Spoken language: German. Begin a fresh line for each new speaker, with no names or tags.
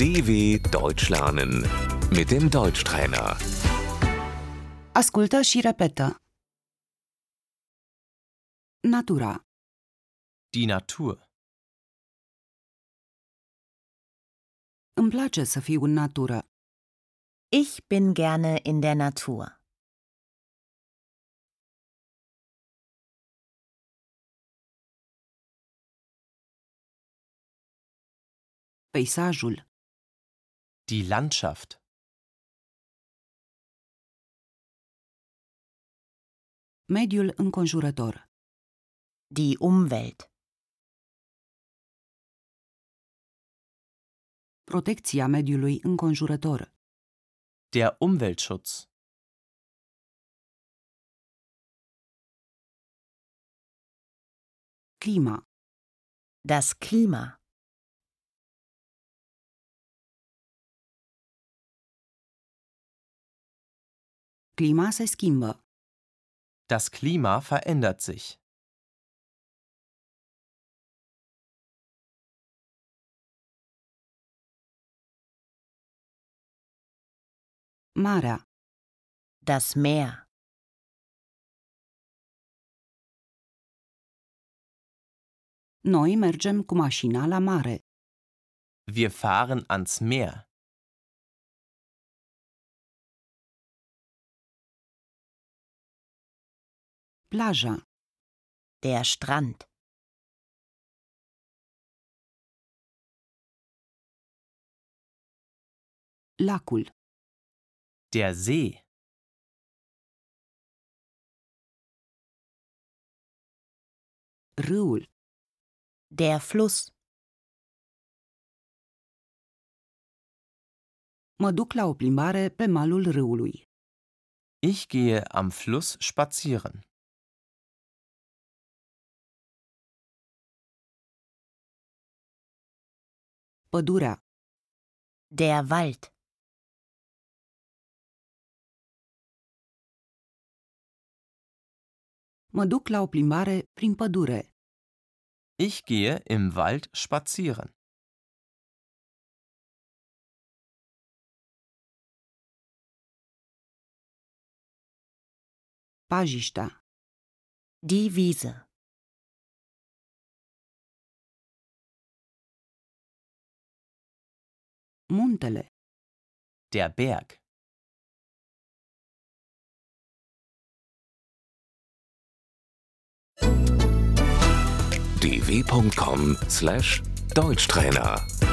DW Deutsch lernen mit dem Deutschtrainer.
Ascultă și repetă. Natura.
Die Natur.
Îmi place să fiu în natură.
Ich bin gerne in der Natur.
Peisajul.
Die Landschaft.
Mediul înconjurător.
Die Umwelt.
Protecția mediului înconjurător.
Der Umweltschutz.
Clima.
Das Klima.
Clima se schimbă.
Das Klima verändert sich.
Marea.
Das Meer.
Noi mergem cu mașina la mare.
Wir fahren ans Meer.
Plaja.
Der Strand.
Lacul.
Der See.
Râul.
Der Fluss.
Mă duc la o plimbare pe malul râului.
Ich gehe am Fluss spazieren.
Pădurea.
Der Wald.
Mă duc la o plimbare prin pădure.
Ich gehe im Wald spazieren.
Pajiștea.
Die Wiese.
Muntele.
Der Berg.
dw.com/deutschtrainer